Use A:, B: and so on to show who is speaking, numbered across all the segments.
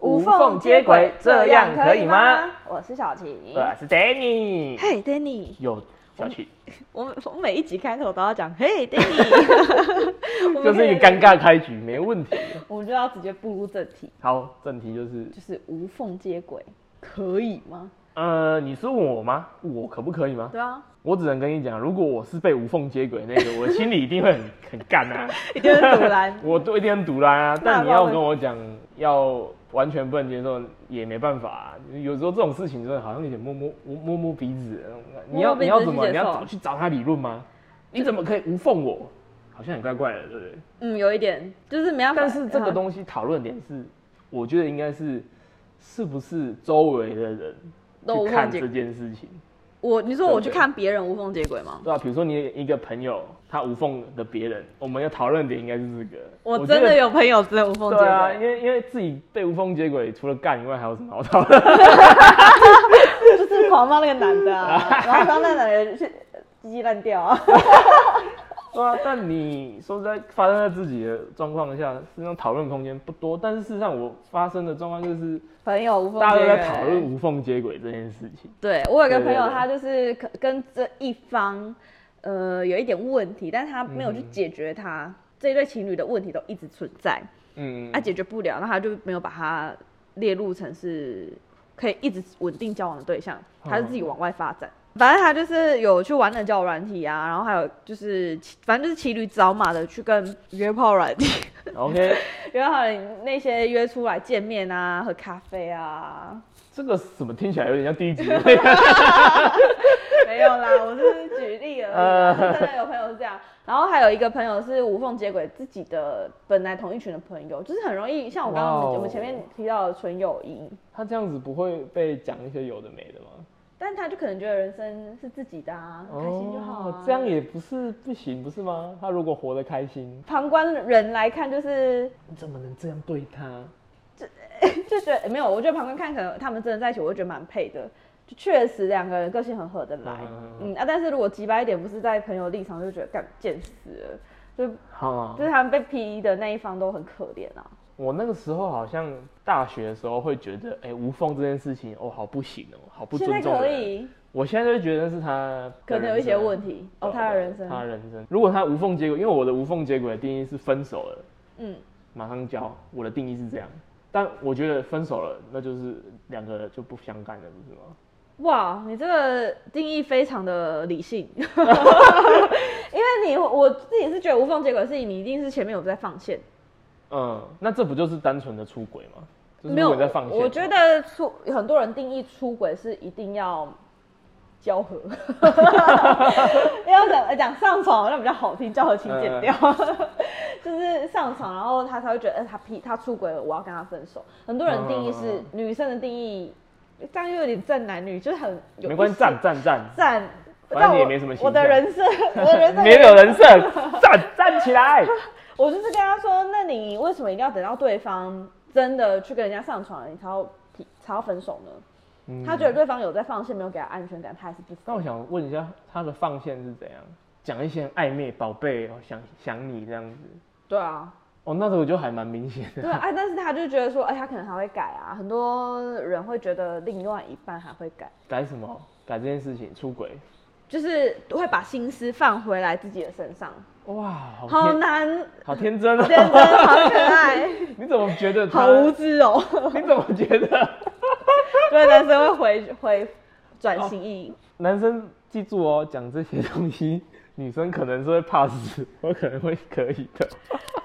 A: 动接轨，这样可以吗？？
B: 我是小琪。
A: 我呃是 Danny，
B: 嘿、d a n n y
A: 有小曲，
B: 我们我每一集开头都要讲嘿、Danny，我们
A: 就是一个
B: 可以
A: 尴尬开局，没问题。
B: 我们就要直接步入正题，
A: 好，正题就是，
B: 就是无缝接轨，可以吗？
A: 呃，你是问我吗？我可不可以吗？
B: 对啊，
A: 我只能跟你讲，如果我是被无缝接轨那个，我心里一定会很 很干啊，
B: 一定是阻 拦
A: 我都一定很堵然啊。但你
B: 那我
A: 要
B: 们
A: 跟我讲，要完全不能接受也没办法、啊。有时候这种事情真的好像有点摸摸摸摸摸鼻子的那种感觉。你要
B: 摸摸鼻子
A: 你要怎
B: 去
A: 么？
B: 接
A: 你要
B: 受
A: 找去找他理论吗？你怎么可以无缝我？好像很怪怪的，对不对？
B: 嗯，有一点，就是没办法。
A: 但是这个
B: 嗯
A: 东西讨论点是，我觉得应该是是不是周围的人
B: 都无缝
A: 去看
B: 接
A: 这件事情，
B: 我你说我去
A: 对不对
B: 看别人无缝接轨吗？
A: 对吧、啊比如说你一个朋友他无缝的别人，我们的讨论点应该是这个。
B: 我
A: 觉
B: 真
A: 得
B: 的有朋友真的无缝接
A: 对啊，
B: 轨
A: 因，为因为自己被无缝接轨，除了干以外还有什么好讨论？
B: 就是狂骂那个男的啊， 然后然后那男的是鸡鸡烂掉啊。
A: 对啊，但你说实在发生在自己的状况下，实际上讨论空间不多。但是事实上，我发生的状况就是
B: 朋友无缝
A: 大家
B: 接
A: 都
B: 轨，
A: 在讨论无缝接轨这件事情。
B: 对我有个
A: 对对
B: 朋友，
A: 对
B: 他就是可跟这一方，呃，有一点问题，但是他没有去解决他、这一对情侣的问题都一直存在，啊
A: 嗯，
B: 他、解决不了，那他就没有把它列入成是可以一直稳定交往的对象，
A: 嗯
B: 他是自己往外发展。反正他就是有去玩的交友软体啊，然后还有就是骑，反正就是骑驴找马的去跟约炮软体，
A: 嗯 OK，
B: 约炮软体那些约出来见面啊，喝咖啡啊，
A: 这个怎么听起来有点像第一 集？
B: 没有啦，我是举例而已啦。
A: 呃
B: 真的有朋友是这样，然后还有一个朋友是无缝接轨自己的本来同一群的朋友，就是很容易像我刚刚
A: 哇哦
B: 我们前面提到的纯友谊，
A: 他这样子不会被讲一些有的没的吗？
B: 但他就可能觉得人生是自己的啊，很开心就好、啊
A: 哦这样也不是不行，不是吗？他如果活得开心，
B: 旁观人来看就是
A: 你怎么能这样对他？
B: 就觉得没有，我觉得旁观看可能他们真的在一起，我会觉得蛮配的。就确实两个人个性很合得来，
A: 嗯
B: 嗯啊，但是如果几百点不是在朋友立场，就觉得干贱死了，就
A: 好、啊
B: 就是他们被 P E 的那一方都很可怜啊。
A: 我那个时候好像大学的时候会觉得，哎、无缝这件事情，哦，好不行哦，好不
B: 现
A: 尊
B: 在
A: 重
B: 可
A: 人。
B: 以，
A: 我现在就觉得是他
B: 可能有一些问
A: 题。
B: 题哦，他的人
A: 他
B: 生，
A: 的人生。如果他无缝接轨，因为我的无缝接轨的定义是分手了，
B: 嗯，
A: 马上交，我的定义是这样。但我觉得分手了，那就是两个就不相干了，不是吗？
B: 哇，你这个定义非常的理 性，因为你我自己是觉得无缝接轨的事情，你一定是前面有在放线，
A: 嗯，那这不就是单纯的出轨吗？就是
B: 没有
A: 我在放线。
B: 我觉得出很多人定义出轨是一定要交合， 要讲讲上床好像比较好听，交合请剪掉，
A: 嗯
B: 就是上床，然后他才会觉得，哎、他劈他出轨了，我要跟他分手。很多人定义是、
A: 嗯
B: 女生的定义，这样又有点正男女，就是很有
A: 没关系，
B: 一些
A: 站站站，
B: 站，
A: 反正
B: 但
A: 你
B: 我
A: 也没什么
B: 我
A: 形
B: 的
A: 象
B: 人设，我的 人设
A: 没有人设，站站起来。
B: 我就是跟他说，那你为什么一定要等到对方真的去跟人家上床了，你才要提才要分手呢？
A: 嗯
B: 他觉得对方有在放线，没有给他安全感，他还是不
A: 那
B: 分。
A: 我想问一下，他的放线是怎样？讲一些暧昧，宝贝，我想想你这样子。
B: 对啊，
A: 哦，那时候我就还蛮明显的。
B: 对啊，哎但是他就觉得说，哎、他可能还会改啊。很多人会觉得另外一半还会改，
A: 改什么？改这件事情，出轨。
B: 就是会把心思放回来自己的身上，
A: 哇，好
B: 好
A: 天，
B: 难，
A: 好天真
B: 天
A: 哦！
B: 真，好可 爱，
A: 你怎么觉得他？
B: 好无知 哦。
A: 你怎么觉得？
B: 所以男生会回回转心意。
A: 男生记住哦，讲这些东西，女生可能是会 pass，我可能会可以的。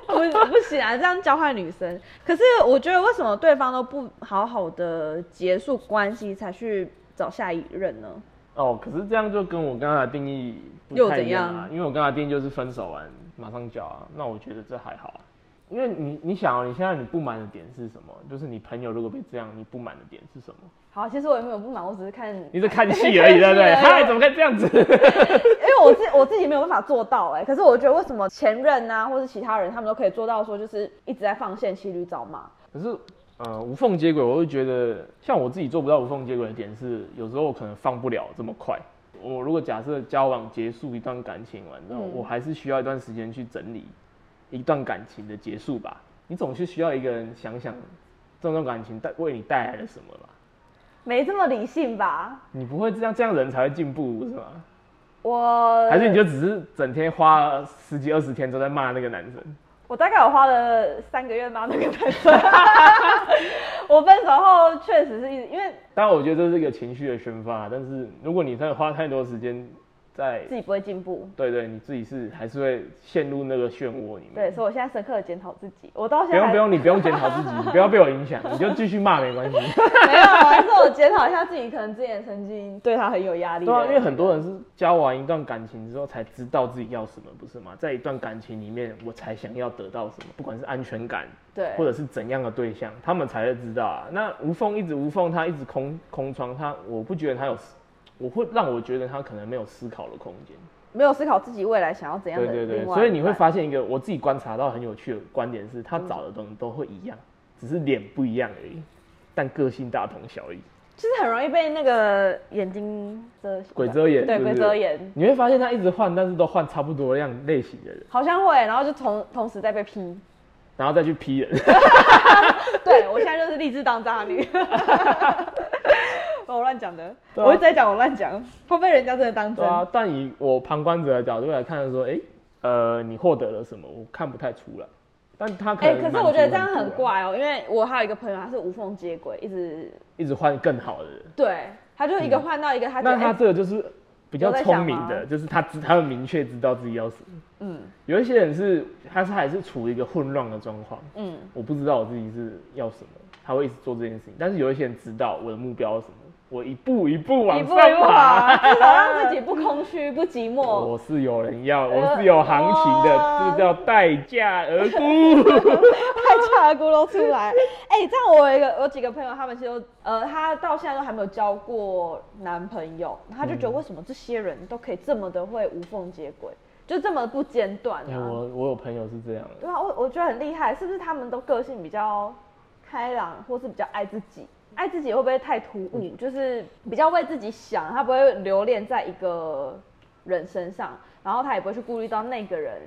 B: 不不行啊，这样教坏女生。可是我觉得为什么对方都不好好的结束关系，才去找下一任呢？
A: 哦，可是这样就跟我刚才的定义不
B: 又
A: 太
B: 怎
A: 一样啊
B: 样，
A: 因为我刚才定义就是分手完马上交啊，那我觉得这还好啊，因为你你想、哦，你现在你不满的点是什么？就是你朋友如果被这样，你不满的点是什么？
B: 好，其实我也没有不满，我只是看，因
A: 你在看戏而 已，对不对？
B: 看戏而已
A: 嗨，怎么可以这样子？
B: 为我自 我自己没有办法做到哎、可是我觉得为什么前任啊，或是其他人，他们都可以做到说，就是一直在放线骑驴找马。
A: 可是，呃，无缝接轨，我会觉得，像我自己做不到无缝接轨的点是，有时候我可能放不了这么快。我如果假设交往结束一段感情完之后，
B: 嗯
A: 我还是需要一段时间去整理一段感情的结束吧。你总是需要一个人想想这段感情带为你带来了什么吧？
B: 没这么理性吧？
A: 你不会这样，这样人才会进步是吗？
B: 我
A: 还是你就只是整天花十几二十天都在骂那个男生？
B: 我大概有花了三个月骂那个男生。 我分手后确实是一直因为
A: 当然，我觉得这是一个情绪的宣发，但是如果你真的花太多时间在
B: 自己不会进步，
A: 对对，你自己是还是会陷入那个漩涡里面。
B: 对，所以我现在深刻的检讨自己。我到现
A: 嗯不
B: 在
A: 用
B: 还
A: 不用，你不用检讨自己， 你不要被我影响，你就继续骂没关系。
B: 没有，啊还是我检讨一下自己，可能之前曾经对他很有压力。
A: 对啊，因为很多人是交完一段感情之后才知道自己要什么，不是吗？在一段感情里面，我才想要得到什么，不管是安全感
B: 对，
A: 或者是怎样的对象，他们才会知道啊。那无缝一直无缝，他一直空空窗，他我不觉得他有思，我会让我觉得他可能没有思考的空间。
B: 没有思考自己未来想要怎样
A: 对
B: 的
A: 对对，
B: 另外
A: 所以你
B: 一
A: 会
B: 半嗯
A: 发现一个我自己观察到很有趣的观点是，他找的东西都会一样，只是脸不一样而已，但个性大同小异。
B: 就是很容易被那个眼睛遮
A: 鬼遮眼
B: 对
A: 是不
B: 鬼
A: 是
B: 遮眼，
A: 你会发现他一直换，但是都换差不多样类型的人，
B: 好像会，然后就同同时在被 批。
A: 然后再去 批人。
B: 对我现在就是立志当渣 女。我乱讲的，
A: 对啊
B: 我一直在讲我乱讲，会被人家真的当
A: 对
B: 真。
A: 啊，但以我旁观者的角度来看，说，哎、呃，你获得了什么？我看不太出来。但他可
B: 哎、
A: 能、
B: 可是我觉得这样很，怪哦、因为我还有一个朋友，他是无缝接轨，一直
A: 一直换更好的人。
B: 对，他就一个换到一个，他觉得
A: 嗯那他
B: 哎
A: 这个就是比较
B: 有在
A: 聪
B: 想
A: 明
B: 吗
A: 的，就是他知他们明确知道自己要什么。
B: 嗯
A: 有一些人是，他是还是处于一个混乱的状况，
B: 嗯，
A: 我不知道我自己是要什么，他会一直做这件事情。但是有一些人知道我的目标是什么，我一步一步往
B: 一步
A: 上
B: 一步
A: 爬。
B: 啊，至少让自己不空 虚、不寂寞。
A: 我是有人要，
B: 呃
A: 我是有行情
B: 哇
A: 的，这叫待价而
B: 哦
A: 沽。
B: 太差咕噜出来。 哎、这样我有一个我有几个朋友，他们其实都呃，他到现在都还没有交过男朋友，他就觉得为什么这些人都可以这么的会无缝接轨，就这么不间断
A: 哎
B: 啊？
A: 我我有朋友是这样的，
B: 对啊，我我觉得很厉害，是不是他们都个性比较开朗，或是比较爱自己？爱自己会不会太突兀？
A: 嗯
B: 就是比较为自己想，他不会留恋在一个人身上，然后他也不会去顾虑到那个人，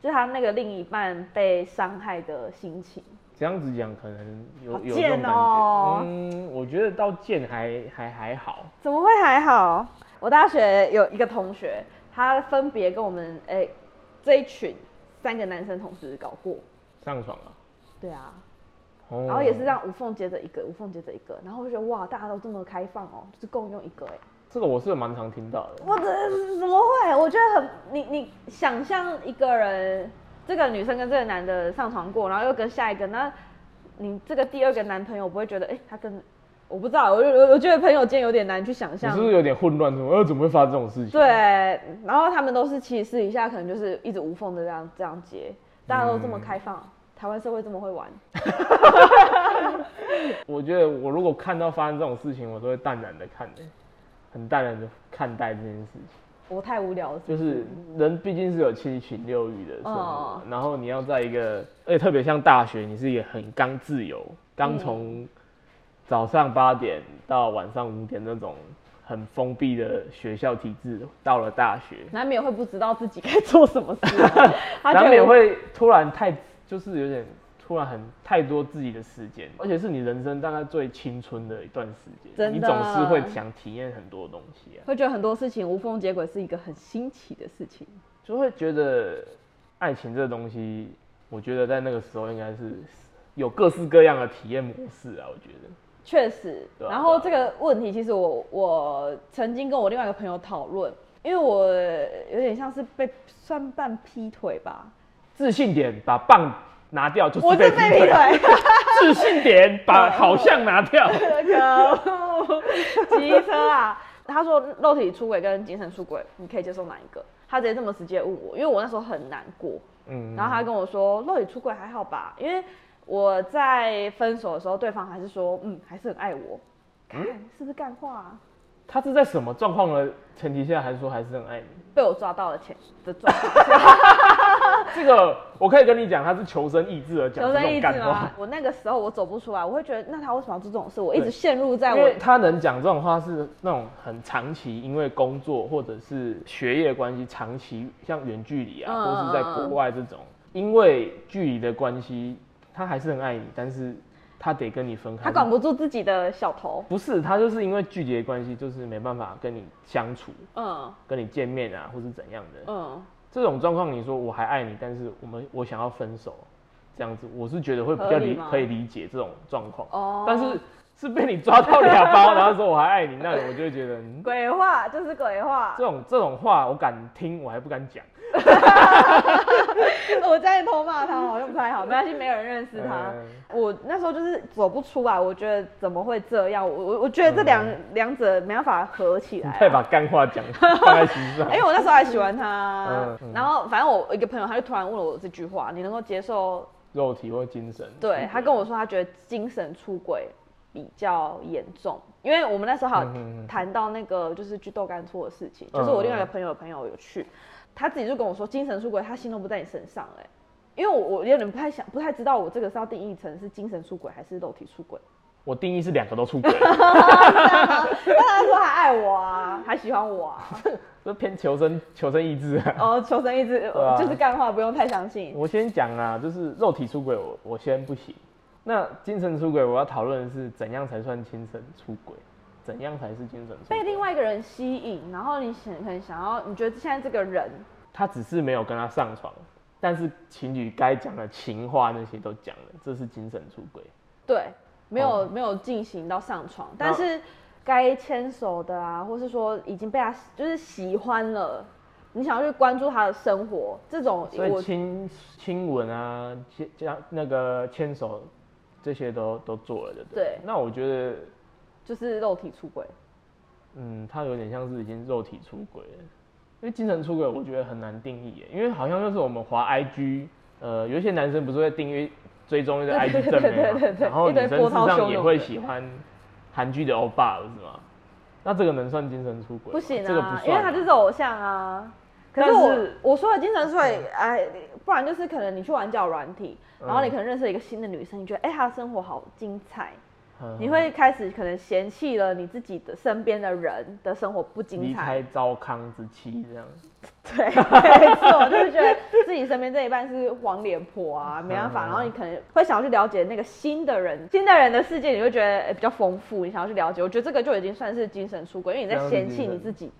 B: 就是他那个另一半被伤害的心情。
A: 这样子讲可能有
B: 好
A: 有这种
B: 贱
A: 感
B: 哦
A: 觉。嗯，我觉得到贱还还还好。
B: 怎么会还好？我大学有一个同学，他分别跟我们哎、这一群三个男生同时搞过，
A: 上床了、
B: 对啊，
A: 哦
B: 然后也是这样无缝接着一个，无缝接着一个，然后我就觉得哇，大家都这么开放哦，就是共用一个哎、
A: 这个我是蛮常听到的。
B: 我怎怎么会？我觉得很你你想象一个人，这个女生跟这个男的上床过，然后又跟下一个，那你这个第二个男朋友不会觉得哎、他跟我不知道，我就我我觉得朋友间有点难去想
A: 你
B: 象
A: 是不。是有点混乱？什么？呃，怎么会发生这种事情？
B: 对，，然后他们都是其实私底下可能就是一直无缝的这样这样接，大家都这么开放，
A: 嗯
B: 台湾社会这么会玩，
A: 我觉得我如果看到发生这种事情，我都会淡然的看的、很淡然的看待这件事情。
B: 我太无聊了是
A: 就
B: 不
A: 是人毕竟是有七情六欲的生活
B: 哦，
A: 然后你要在一个，而且特别像大学，你是一个很刚自由，刚从早上八点到晚上五点那种很封闭的学校体制，到了大学，
B: 难免会不知道自己该做什么事 啊，他觉得
A: 难免会突然太，就是有点突然很太多自己的时间，而且是你人生大概最青春的一段时间，
B: 真的啊
A: 你总是会想体验很多东西啊，
B: 会觉得很多事情无缝接轨是一个很新奇的事情。
A: 就会觉得爱情这东西，我觉得在那个时候应该是有各式各样的体验模式啊，我觉得。
B: 确实，
A: 对啊
B: 然后这个问题其实我我曾经跟我另外一个朋友讨论，因为我有点像是被算半劈腿吧，
A: 自信点把棒拿掉就是
B: 我是
A: 被
B: 被
A: 劈
B: 劈
A: 腿，啊
B: 腿。
A: 自信点把好像拿掉，
B: 可恶，机车啊！他说肉体出轨跟精神出轨，你可以接受哪一个？他直接这么直接问我，因为我那时候很难过。
A: 嗯，
B: 然后他跟我说肉体出轨还好吧，因为我在分手的时候，对方还是说嗯还是很爱我。看
A: 嗯
B: 是不是干话、啊？
A: 他是在什么状况的前提下还说还是很爱你？
B: 被我抓到了前的状态，
A: 这个我可以跟你讲，他是求生意志而讲
B: 求
A: 这
B: 生意
A: 种
B: 志
A: 干
B: 吗
A: 话，？
B: 啊我那个时候我走不出来，我会觉得那他为什么要做这种事？我一直
A: 对
B: 陷入在
A: 因
B: 我
A: 为他能讲这种话是那种很长期，因为工作或者是学业关系，长期像远距离啊，
B: 嗯
A: 或是在国外这种，因为距离的关系，他还是很爱你，但是他得跟你分开。
B: 他管不住自己的小头，
A: 不是他就是因为拒绝关系，就是没办法跟你相处、
B: 嗯
A: 跟你见面啊，或是怎样的。
B: 嗯，
A: 这种状况，你说我还爱你，但是我们我想要分手，这样子，我是觉得会比较
B: 合理
A: 理
B: 吗
A: 可以理解这种状况。
B: 哦，
A: 但是是被你抓到俩包，然后说我还爱你，那我就会觉得，嗯
B: 鬼话就是鬼话
A: 这，种这种话我敢听，我还不敢讲。
B: 我在偷骂他好像不太好，没关系，没有人认识他。
A: 嗯
B: 我那时候就是走不出来，我觉得怎么会这样？我我我觉得这两两、者没办法合起来、
A: 嗯你太
B: 啊。
A: 把干话讲放在心上
B: 因。为我那时候还喜欢他
A: 嗯，嗯
B: 然后反正我一个朋友，他就突然问了我这句话：“你能够接受
A: 肉体或精神？”，
B: 对他跟我说，他觉得精神出轨比较严重，因为我们那时候还有
A: 嗯嗯嗯
B: 谈到那个就是去豆干搓的事情，就是
A: 嗯
B: 我另外一个朋友的朋友有去，他自己就跟我说，精神出轨他心都不在你身上哎、因为我我有点不太想不太知道我这个是要定义成是精神出轨还是肉体出轨。
A: 我定义是两个都出轨，
B: 但他说还爱我啊，还喜欢我啊，
A: 这偏求生求生意志啊。
B: 哦，求生意志、
A: 对啊
B: 就是干话，不用太相信。
A: 我先讲啊，就是肉体出轨，我我先不行。那精神出轨，我要讨论的是怎样才算精神出轨，怎样才是精神出
B: 被
A: 轨？
B: 另外一个人吸引，然后你想很想要，你觉得现在这个人
A: 他只是没有跟他上床，但是情侣该讲的情话那些都讲了，这是精神出轨。
B: 对，没有、
A: 哦
B: 没有进行到上床，
A: 那
B: 但是该牵手的啊，或是说已经被他就是喜欢了，你想要去关注他的生活，这种
A: 所以
B: 我
A: 亲亲吻啊，牵加那个牵手，这些都都做了的。不
B: 对
A: 那我觉得，
B: 就是肉体出轨。
A: 嗯，他有点像是已经肉体出轨了，因为精神出轨我觉得很难定义耶，因为好像就是我们滑 IG，呃，有一些男生不是会订阅追踪一个 IG
B: 对
A: 正妹
B: 对
A: 嘛
B: 对对，
A: 然后
B: 一堆
A: 女生事
B: 波
A: 实
B: 涛汹
A: 上
B: 涌
A: 也
B: 的
A: 会喜欢韩剧的欧巴，不是吗？那这个能算精神出轨吗？
B: 不行啊，
A: 这个不算啊，
B: 因为他就是偶像啊。可是
A: 但
B: 我
A: 是嗯
B: 我说的精神出轨，哎，不然就是可能你去玩交友软体，然后你可能认识了一个新的女生，你觉得哎她的生活好精彩，
A: 嗯
B: 你会开始可能嫌弃了你自己的身边的人的生活不精
A: 离
B: 彩
A: 开，糟糠之妻这样。
B: 对， 没错，就是觉得自己身边这一半是黄脸婆啊，没办法，
A: 嗯
B: 然后你可能会想要去了解那个新的人，新的人的世界，你会觉得、哎比较丰富，你想要去了解，我觉得这个就已经算是精神出轨，因为你
A: 这
B: 在
A: 样是
B: 嫌
A: 精
B: 弃
A: 神
B: 你自己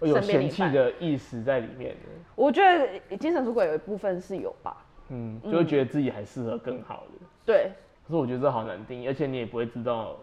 A: 哦有
B: 身边另
A: 嫌
B: 一
A: 弃
B: 半
A: 的意识在里面的，
B: 我觉得精神出轨有一部分是有吧，
A: 嗯，就会觉得自己还适合更好的。
B: 对，
A: 可是我觉得这好难定义，而且你也不会知道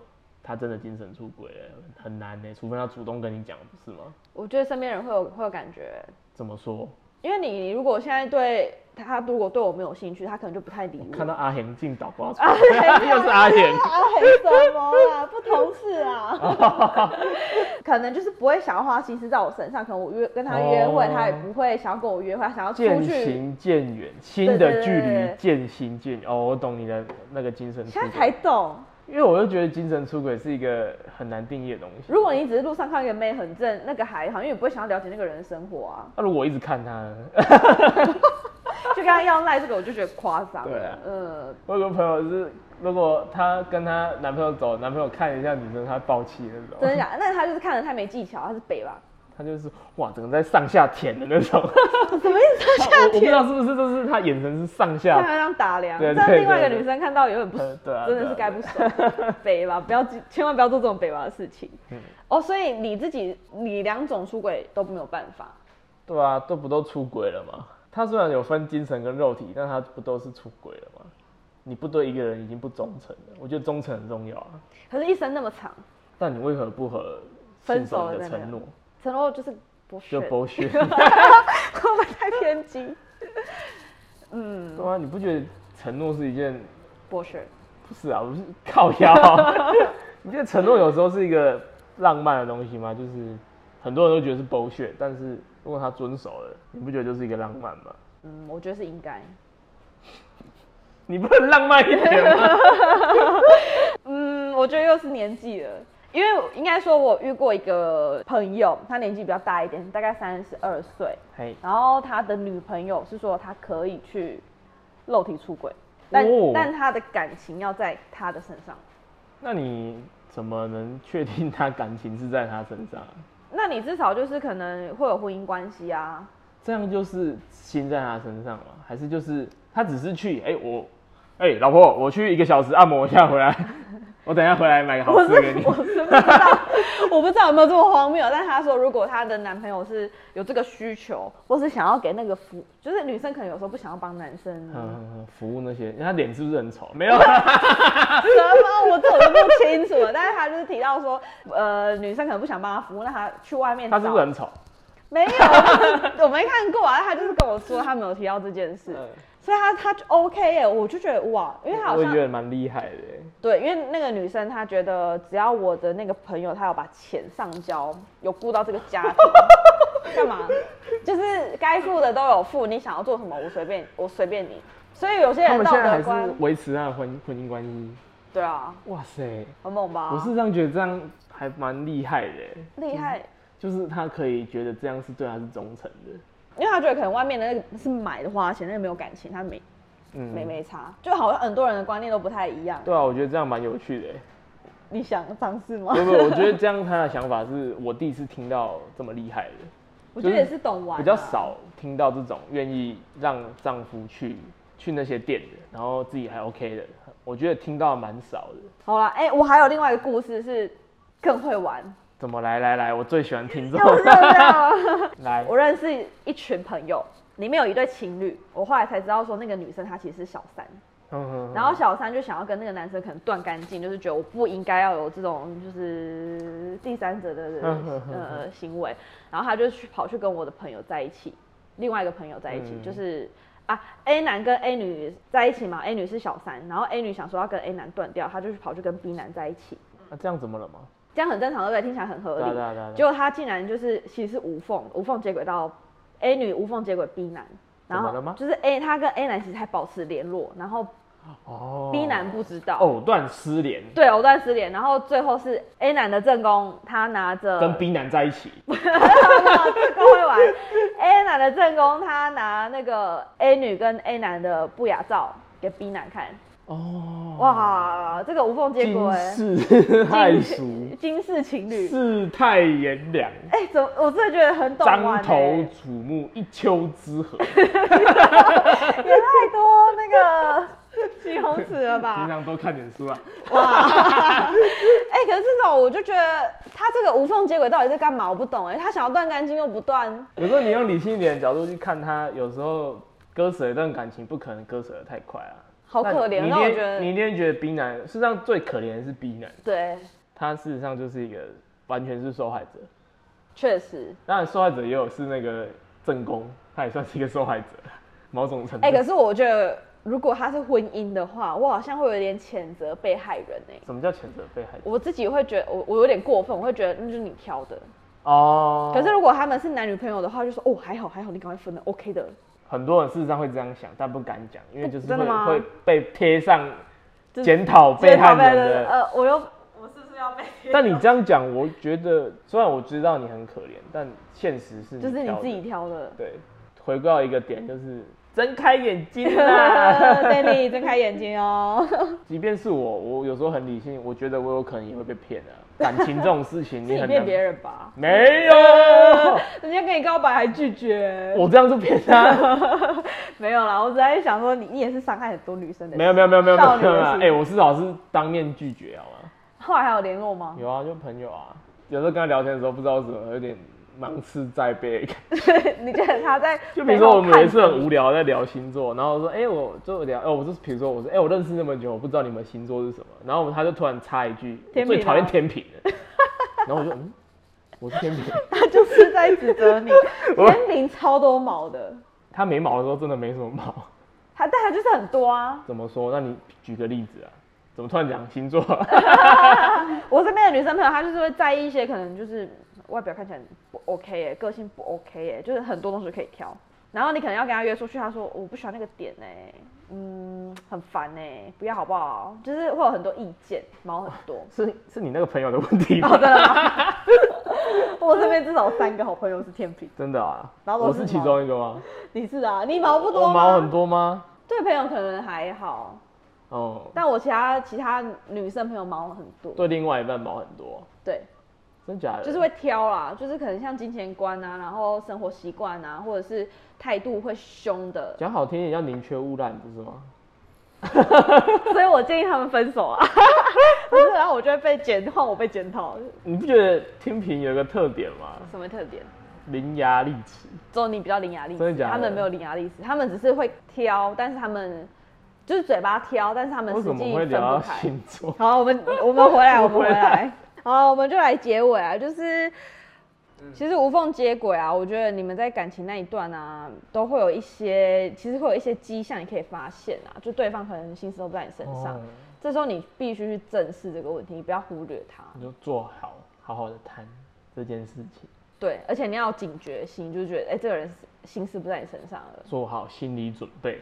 A: 他真的精神出轨了，很难呢、除非他主动跟你讲，不是吗？
B: 我觉得身边人会有会有感觉，
A: 怎么说？
B: 因为你如果现在对他如果对我没有兴趣，他可能就不太理我。
A: 看到阿贤进导播， 又是阿贤，
B: 啊，很什么啊？不同事啊， 可能就是不会想要花心思在我身上，可能我约跟他约会，
A: 哦
B: 他也不会想要跟我约会，他想要出
A: 渐
B: 去。
A: 行渐远，新
B: 对对
A: 的距
B: 对
A: 离
B: 对
A: 渐行渐远。哦，我懂你的那个精神出
B: 现在才
A: 轨，
B: 懂，
A: 因为我就觉得精神出轨是一个很难定义的东西。
B: 如果你只是路上看到一个妹很正，那个还好，因为你不会想要了解那个人的生活 啊，
A: 那、如果我一直看他呢，
B: 就跟他要赖这个，我就觉得夸张。
A: 对啊
B: 嗯，
A: 我有个朋友是，如果她跟她男朋友走，男朋友看一下女生，她爆气那
B: 真
A: 种，
B: 的假的？那他就是看的太没技巧，他是北 吧？
A: 她就是哇，整个在上下舔的那种。
B: 什么意 思？
A: 我我不知道是不是，就是她眼神是上
B: 看
A: 下，
B: 他这样打量，
A: 对
B: 这样
A: 对
B: 另外一个
A: 对
B: 女生看到有点不
A: 呃对啊
B: 啊真的
A: 对啊
B: 是该不爽，北吧，不要千万不要做这种北吧的事情。
A: 嗯
B: 哦，所以你自己你两种出轨都没有办法，
A: 对啊，都不都出轨了吗？她虽然有分精神跟肉体，但她不都是出轨了吗？你不对一个人已经不忠诚了，我觉得忠诚很重要啊。
B: 可是一生那么长，
A: 但你为何不和
B: 分
A: 信
B: 手
A: 守
B: 了
A: 你的
B: 再聊
A: 承诺？
B: 承诺就是不是，
A: 就
B: 会
A: 剥削，
B: 不会太偏激？
A: 对啊，你不觉得承诺是一件
B: 不是，
A: 不是啊，我是靠腰啊。 你觉得承诺有时候是一个浪漫的东西吗？就是很多人都觉得是剥削，但是如果他遵守了，你不觉得就是一个浪漫吗？
B: 嗯，我觉得是应该。
A: 你不能浪漫一点 吗？
B: 嗯，我觉得又是年纪了，因为应该说，我遇过一个朋友，他年纪比较大一点，大概三十二岁，
A: 嘿，
B: 然后他的女朋友是说他可以去肉体出轨，但、
A: 哦
B: 但他的感情要在他的身上。
A: 那你怎么能确定他感情是在他身上啊？
B: 那你至少就是可能会有婚姻关系 啊，
A: 这样就是心在他身上吗？还是就是他只是去哎、我哎、老婆，我去一个小时按摩一下 回来，我等一下回来买个好
B: 我
A: 吃
B: 是
A: 的给你。
B: 我是不知道，我不知道有没有这么荒谬。但她说，如果她的男朋友是有这个需求，或是想要给那个服，就是女生可能有时候不想要帮男生。
A: 嗯，服务那些，他脸是不是很丑？没有，
B: 啊什么？我这我就不清楚了。但是他就是提到说，呃，女生可能不想帮他服务，那他啊去外面
A: 他
B: 找。
A: 是不是很丑？
B: 没有，我没看过啊。他就是跟我说他没有提到这件事，所以他他就 OK 耶，我就觉得哇，因为他好
A: 嗯我也
B: 像
A: 觉得蛮厉害的耶。
B: 对，因为那个女生她觉得只要我的那个朋友他有把钱上交，有顾到这个家庭， 干嘛？就是该付的都有付，你想要做什么我随便我随便你。所以有些
A: 他
B: 人
A: 们
B: 道
A: 现在
B: 德
A: 还是
B: 观，
A: 维持他的婚婚姻关系。
B: 对啊，
A: 哇塞，
B: 很猛吧？
A: 我是这样觉得，这样还蛮厉害的耶。
B: 厉害。
A: 就是他可以觉得这样是对他是忠诚的。
B: 因为他觉得可能外面的那个是买的花钱，那个没有感情，他没
A: 嗯
B: 没没差，就好像很多人的观念都不太一样。
A: 对啊，我觉得这样蛮有趣的耶。
B: 你想尝试吗？
A: 不不，我觉得这样他的想法是我第一次听到这么厉害的，
B: 我觉得也是懂玩、啊
A: 比较。少听到这种愿意让丈夫去去那些店的，然后自己还 OK 的，我觉得听到蛮少的。
B: 好了，哎、我还有另外一个故事是更会 玩，
A: 怎么来来来，我最喜欢听这
B: 又
A: 种
B: 是这样。
A: 来，
B: 我认识一群朋友，里面有一对情侣，我后来才知道说那个女生她其实是小三，
A: 嗯
B: 然后小三就想要跟那个男生可能断干净，就是觉得我不应该要有这种就是第三者的
A: 嗯哼哼
B: 呃行为，然后他就去跑去跟我的朋友在一起，另外一个朋友在一起，
A: 嗯
B: 就是啊 A 男跟 A 女在一起嘛，A 女是小三，然后 A 女想说要跟 A 男断掉，他就去跑去跟 B 男在一起，
A: 那、啊这样怎么了嘛？
B: 这样很正常对不对？听起来很合
A: 对啊对
B: 理。
A: 啊对啊，
B: 结果他竟然就是其实是无缝无缝接轨到 A 女无缝接轨 B 男，然
A: 怎么
B: 后
A: 了吗
B: 就是 A 他跟 A 男其实还保持联络，然后
A: 哦
B: B 男不知道。
A: 藕断丝连，
B: 对，藕断丝连，然后最后是 A 男的正宫，他拿着
A: 跟 B 男在一起，
B: 这个会玩 A 男的正宫，他拿那个 A 女跟 A 男的不雅照给 B 男看，
A: 哦，
B: 哇，这个无缝接
A: 惊
B: 轨，
A: 世骇
B: 金
A: 俗，
B: 金氏情侣，
A: 世态炎凉，
B: 哎、怎么我真的觉得很懂玩、欸，
A: 獐头瞩目，一丘 之貉。
B: 也太多那个 形容词了吧
A: 平？常多看点书啊。
B: 哇， 哎、可是这种我就觉得他这个无缝接轨到底在干嘛？我不懂哎、他想要断干净又不断，
A: 有时候你用理性一点的角度去看他，有时候割舍一段感情不可能割舍得太快啊。
B: 好可怜。
A: 那
B: 那
A: 你
B: 我
A: 一
B: 觉
A: 定你一
B: 得，
A: 定觉得 B 男，事实上最可怜的是 B 男，
B: 对，
A: 他事实上就是一个完全是受害者。
B: 确实。
A: 当然，受害者也有是那个正宫，他也算是一个受害者，某种程度。
B: 哎、可是我觉得如果他是婚姻的话，我好像会有点谴责被害人哎、
A: 什么叫谴责被害者？
B: 我自己会觉得我我有点过分，我会觉得那就是你挑的。
A: 哦，
B: 可是如果他们是男女朋友的话，就说哦还好还好，你赶快分了，OK 的，
A: 很多人事实上会这样想，但不敢讲，因为就是
B: 真的
A: 会
B: 吗
A: 会被贴上
B: 就是
A: 检讨被害人的
B: 呃，我又
A: 但你这样讲，我觉得虽然我知道你很可怜，但现实是你
B: 就是你
A: 挑的
B: 自己挑的。
A: 对。回到一个点，就是睁开眼 睛啦。
B: 啊 Danny 睁开眼睛哦。
A: 即便是我，我有时候很理性，我觉得我有可能也会被骗的、感情这种 事情，
B: 自
A: 你
B: 己
A: 很
B: 骗
A: 难。
B: 别人吧，
A: 没有，
B: 人家跟你告白还拒绝，
A: 我这样就骗 他。
B: 没有啦，我只在想说你你也是伤害很多女生的，
A: 没有没有没有没有没
B: 少
A: 有
B: 女
A: 没有。
B: 的
A: 哎、
B: 心
A: 我至少是当面拒绝好吗？
B: 后来还有联络吗？
A: 有啊，就朋友啊，有时候跟他聊天的时候，不知道怎么有点芒刺 在背的感觉。
B: 你觉得他在
A: 就比如说我们有一次
B: 背后看
A: 很无聊在聊星座，然后我说，哎、我就聊，哦，我就是比如说我说，哎、我认识那么久，我不知道你们星座是什么，然后他就突然插一句，我
B: 天秤啊
A: 最讨厌天平了，然后我就嗯，我是天平，
B: 你，他就是在指责 你，天平超多毛的，
A: 他没毛的时候真的没什么毛，
B: 他但他就是很多啊。
A: 怎么说？那你举个例子啊，怎么突然讲星座？啊
B: 我身边的女生朋友，她就是会在意一些可能就是外表看起来不 OK 哎、个性不 OK 哎、就是很多东西可以挑。然后你可能要跟她约出去，她说我不喜欢那个点哎、嗯，很烦哎、不要好不好？就是会有很多意见，毛很 多。
A: 是是你那个朋友的问题
B: 哦，
A: 吗？
B: 真的吗？我身边至少有三个好朋友是天平，
A: 真的啊，
B: 然后
A: 我
B: 都是
A: 是其
B: 毛
A: 中一个吗？
B: 你是啊？你毛不多
A: 我
B: 吗？
A: 毛很多吗？
B: 对朋友可能还好，
A: 哦，
B: 但我其他其他女生朋友毛很多。
A: 对，另外一半毛很多，
B: 对，
A: 真假的？
B: 就是会挑啦，就是可能像金钱观啊，然后生活习惯啊，或者是态度会凶的。
A: 讲好听一点叫宁缺毋滥，不是吗？
B: 所以我建议他们分手 啊。不是，然后我就会被检，换我被检讨，
A: 你不觉得听评有一个特点吗？
B: 什么特点？
A: 伶牙俐齿，
B: 只有你比较伶牙俐
A: 真的
B: 齿，
A: 假的
B: 他们没有伶牙俐齿，他们只是会挑，但是他们就是嘴巴挑，但是他们
A: 为
B: 实
A: 什么
B: 际
A: 会
B: 分
A: 聊
B: 不
A: 到
B: 开。
A: 星座？
B: 好，我们我们回来，我们
A: 回
B: 回
A: 来
B: 来，好，我们就来结尾啊，就是。其实无缝接轨啊，我觉得你们在感情那一段啊，都会有一些，其实会有一些迹象，你可以发现啊，就对方可能心思都不在你身上，
A: 哦，
B: 这时候你必须去正视这个问题，你不要忽略它。
A: 你就做好，好好的谈这件事情，
B: 对，而且你要有警觉心，就是觉得哎、这个人心思不在你身上了，
A: 做好心理准备，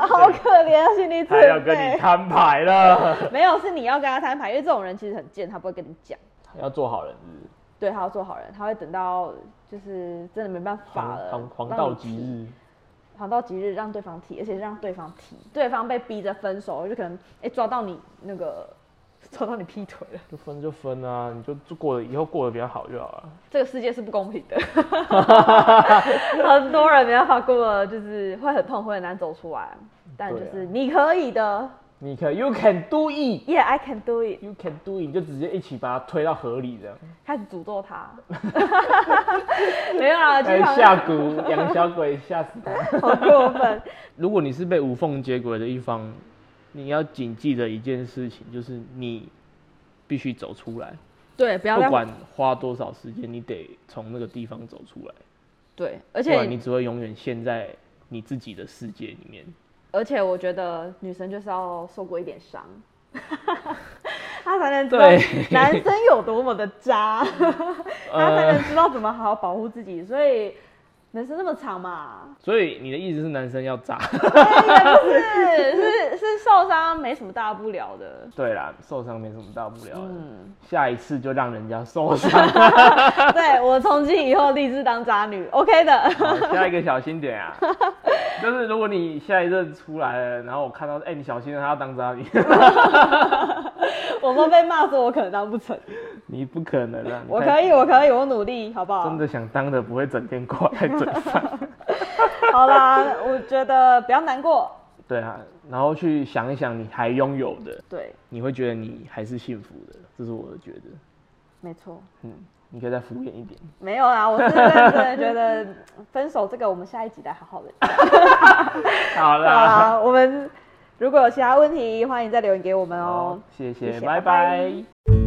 B: 好可怜啊，心理准
A: 他要跟你
B: 备。
A: 摊牌 了，
B: 没有，是你要跟他摊牌，因为这种人其实很贱，他不会跟你讲。
A: 要做好人是不是
B: 对他要做好人，他会等到就是真的没办法
A: 黄
B: 了，
A: 黄黄
B: 让
A: 道
B: 你
A: 吉
B: 提，
A: 日，
B: 黄道吉日让对方提，而且是让对方提，对方被逼着分手，就可能哎、抓到你那个抓到你劈腿了，
A: 就分就分啊，你就就过得以后过得比较好就好了。
B: 这个世界是不公平 的，很多人没办法过，就是会很痛，会很难走出来，但就
A: 对啊
B: 是你可以的
A: 你可以 you can do it。
B: ，Yeah I can do it，
A: You can do it，你就直接一起把它推到河里这样，
B: 开始诅咒 他，没有啊，
A: 哎
B: 经常
A: 下蛊养小鬼，吓死他。
B: 好过分。
A: 如果你是被无缝接轨的一方，你要谨记的一件事情就是你必须走出来，
B: 对，不要
A: 不
B: 再
A: 管花多少时间，你得从那个地方走出来，
B: 对，而
A: 不
B: 且
A: 然你只会永远陷在你自己的世界里面。
B: 而且我觉得女生就是要受过一点 伤，她才能知道
A: 对嗯
B: 男生有多么的渣，她才
A: 呃
B: 能知道怎么好好保护自己。所以人生那么长嘛，
A: 所以你的意思是男生要渣？
B: 是是是受伤没什么大不了 的。
A: 对啦，受伤没什么大不了的，
B: 嗯，
A: 下一次就让人家受伤。
B: 对我从今以后立志当渣女，OK 的。
A: 好下一个小心 点啊，就是如果你下一任出来了，然后我看到，哎、你小心了，他要当渣女，
B: 我怕被骂说我可能当不成，
A: 你不可能啊！你
B: 我
A: 太
B: 可以，我可以，我努力，好不好？
A: 真的想当的不会整天挂在嘴 上。
B: 好啦，我觉得不要难过。
A: 对啊，然后去想一想你还拥有的，
B: 对，
A: 你会觉得你还是幸福的，这是我的觉得。
B: 没错。
A: 嗯，你可以再敷衍一点。
B: 没有啦，我是认真的觉得分手这个，我们下一集再好 好的。
A: 好
B: 好
A: 啦，
B: 啦，我们如果有其他问题，欢迎再留言给我们哦、
A: 好，谢
B: 谢谢
A: 谢，
B: 拜
A: 拜
B: 拜
A: 拜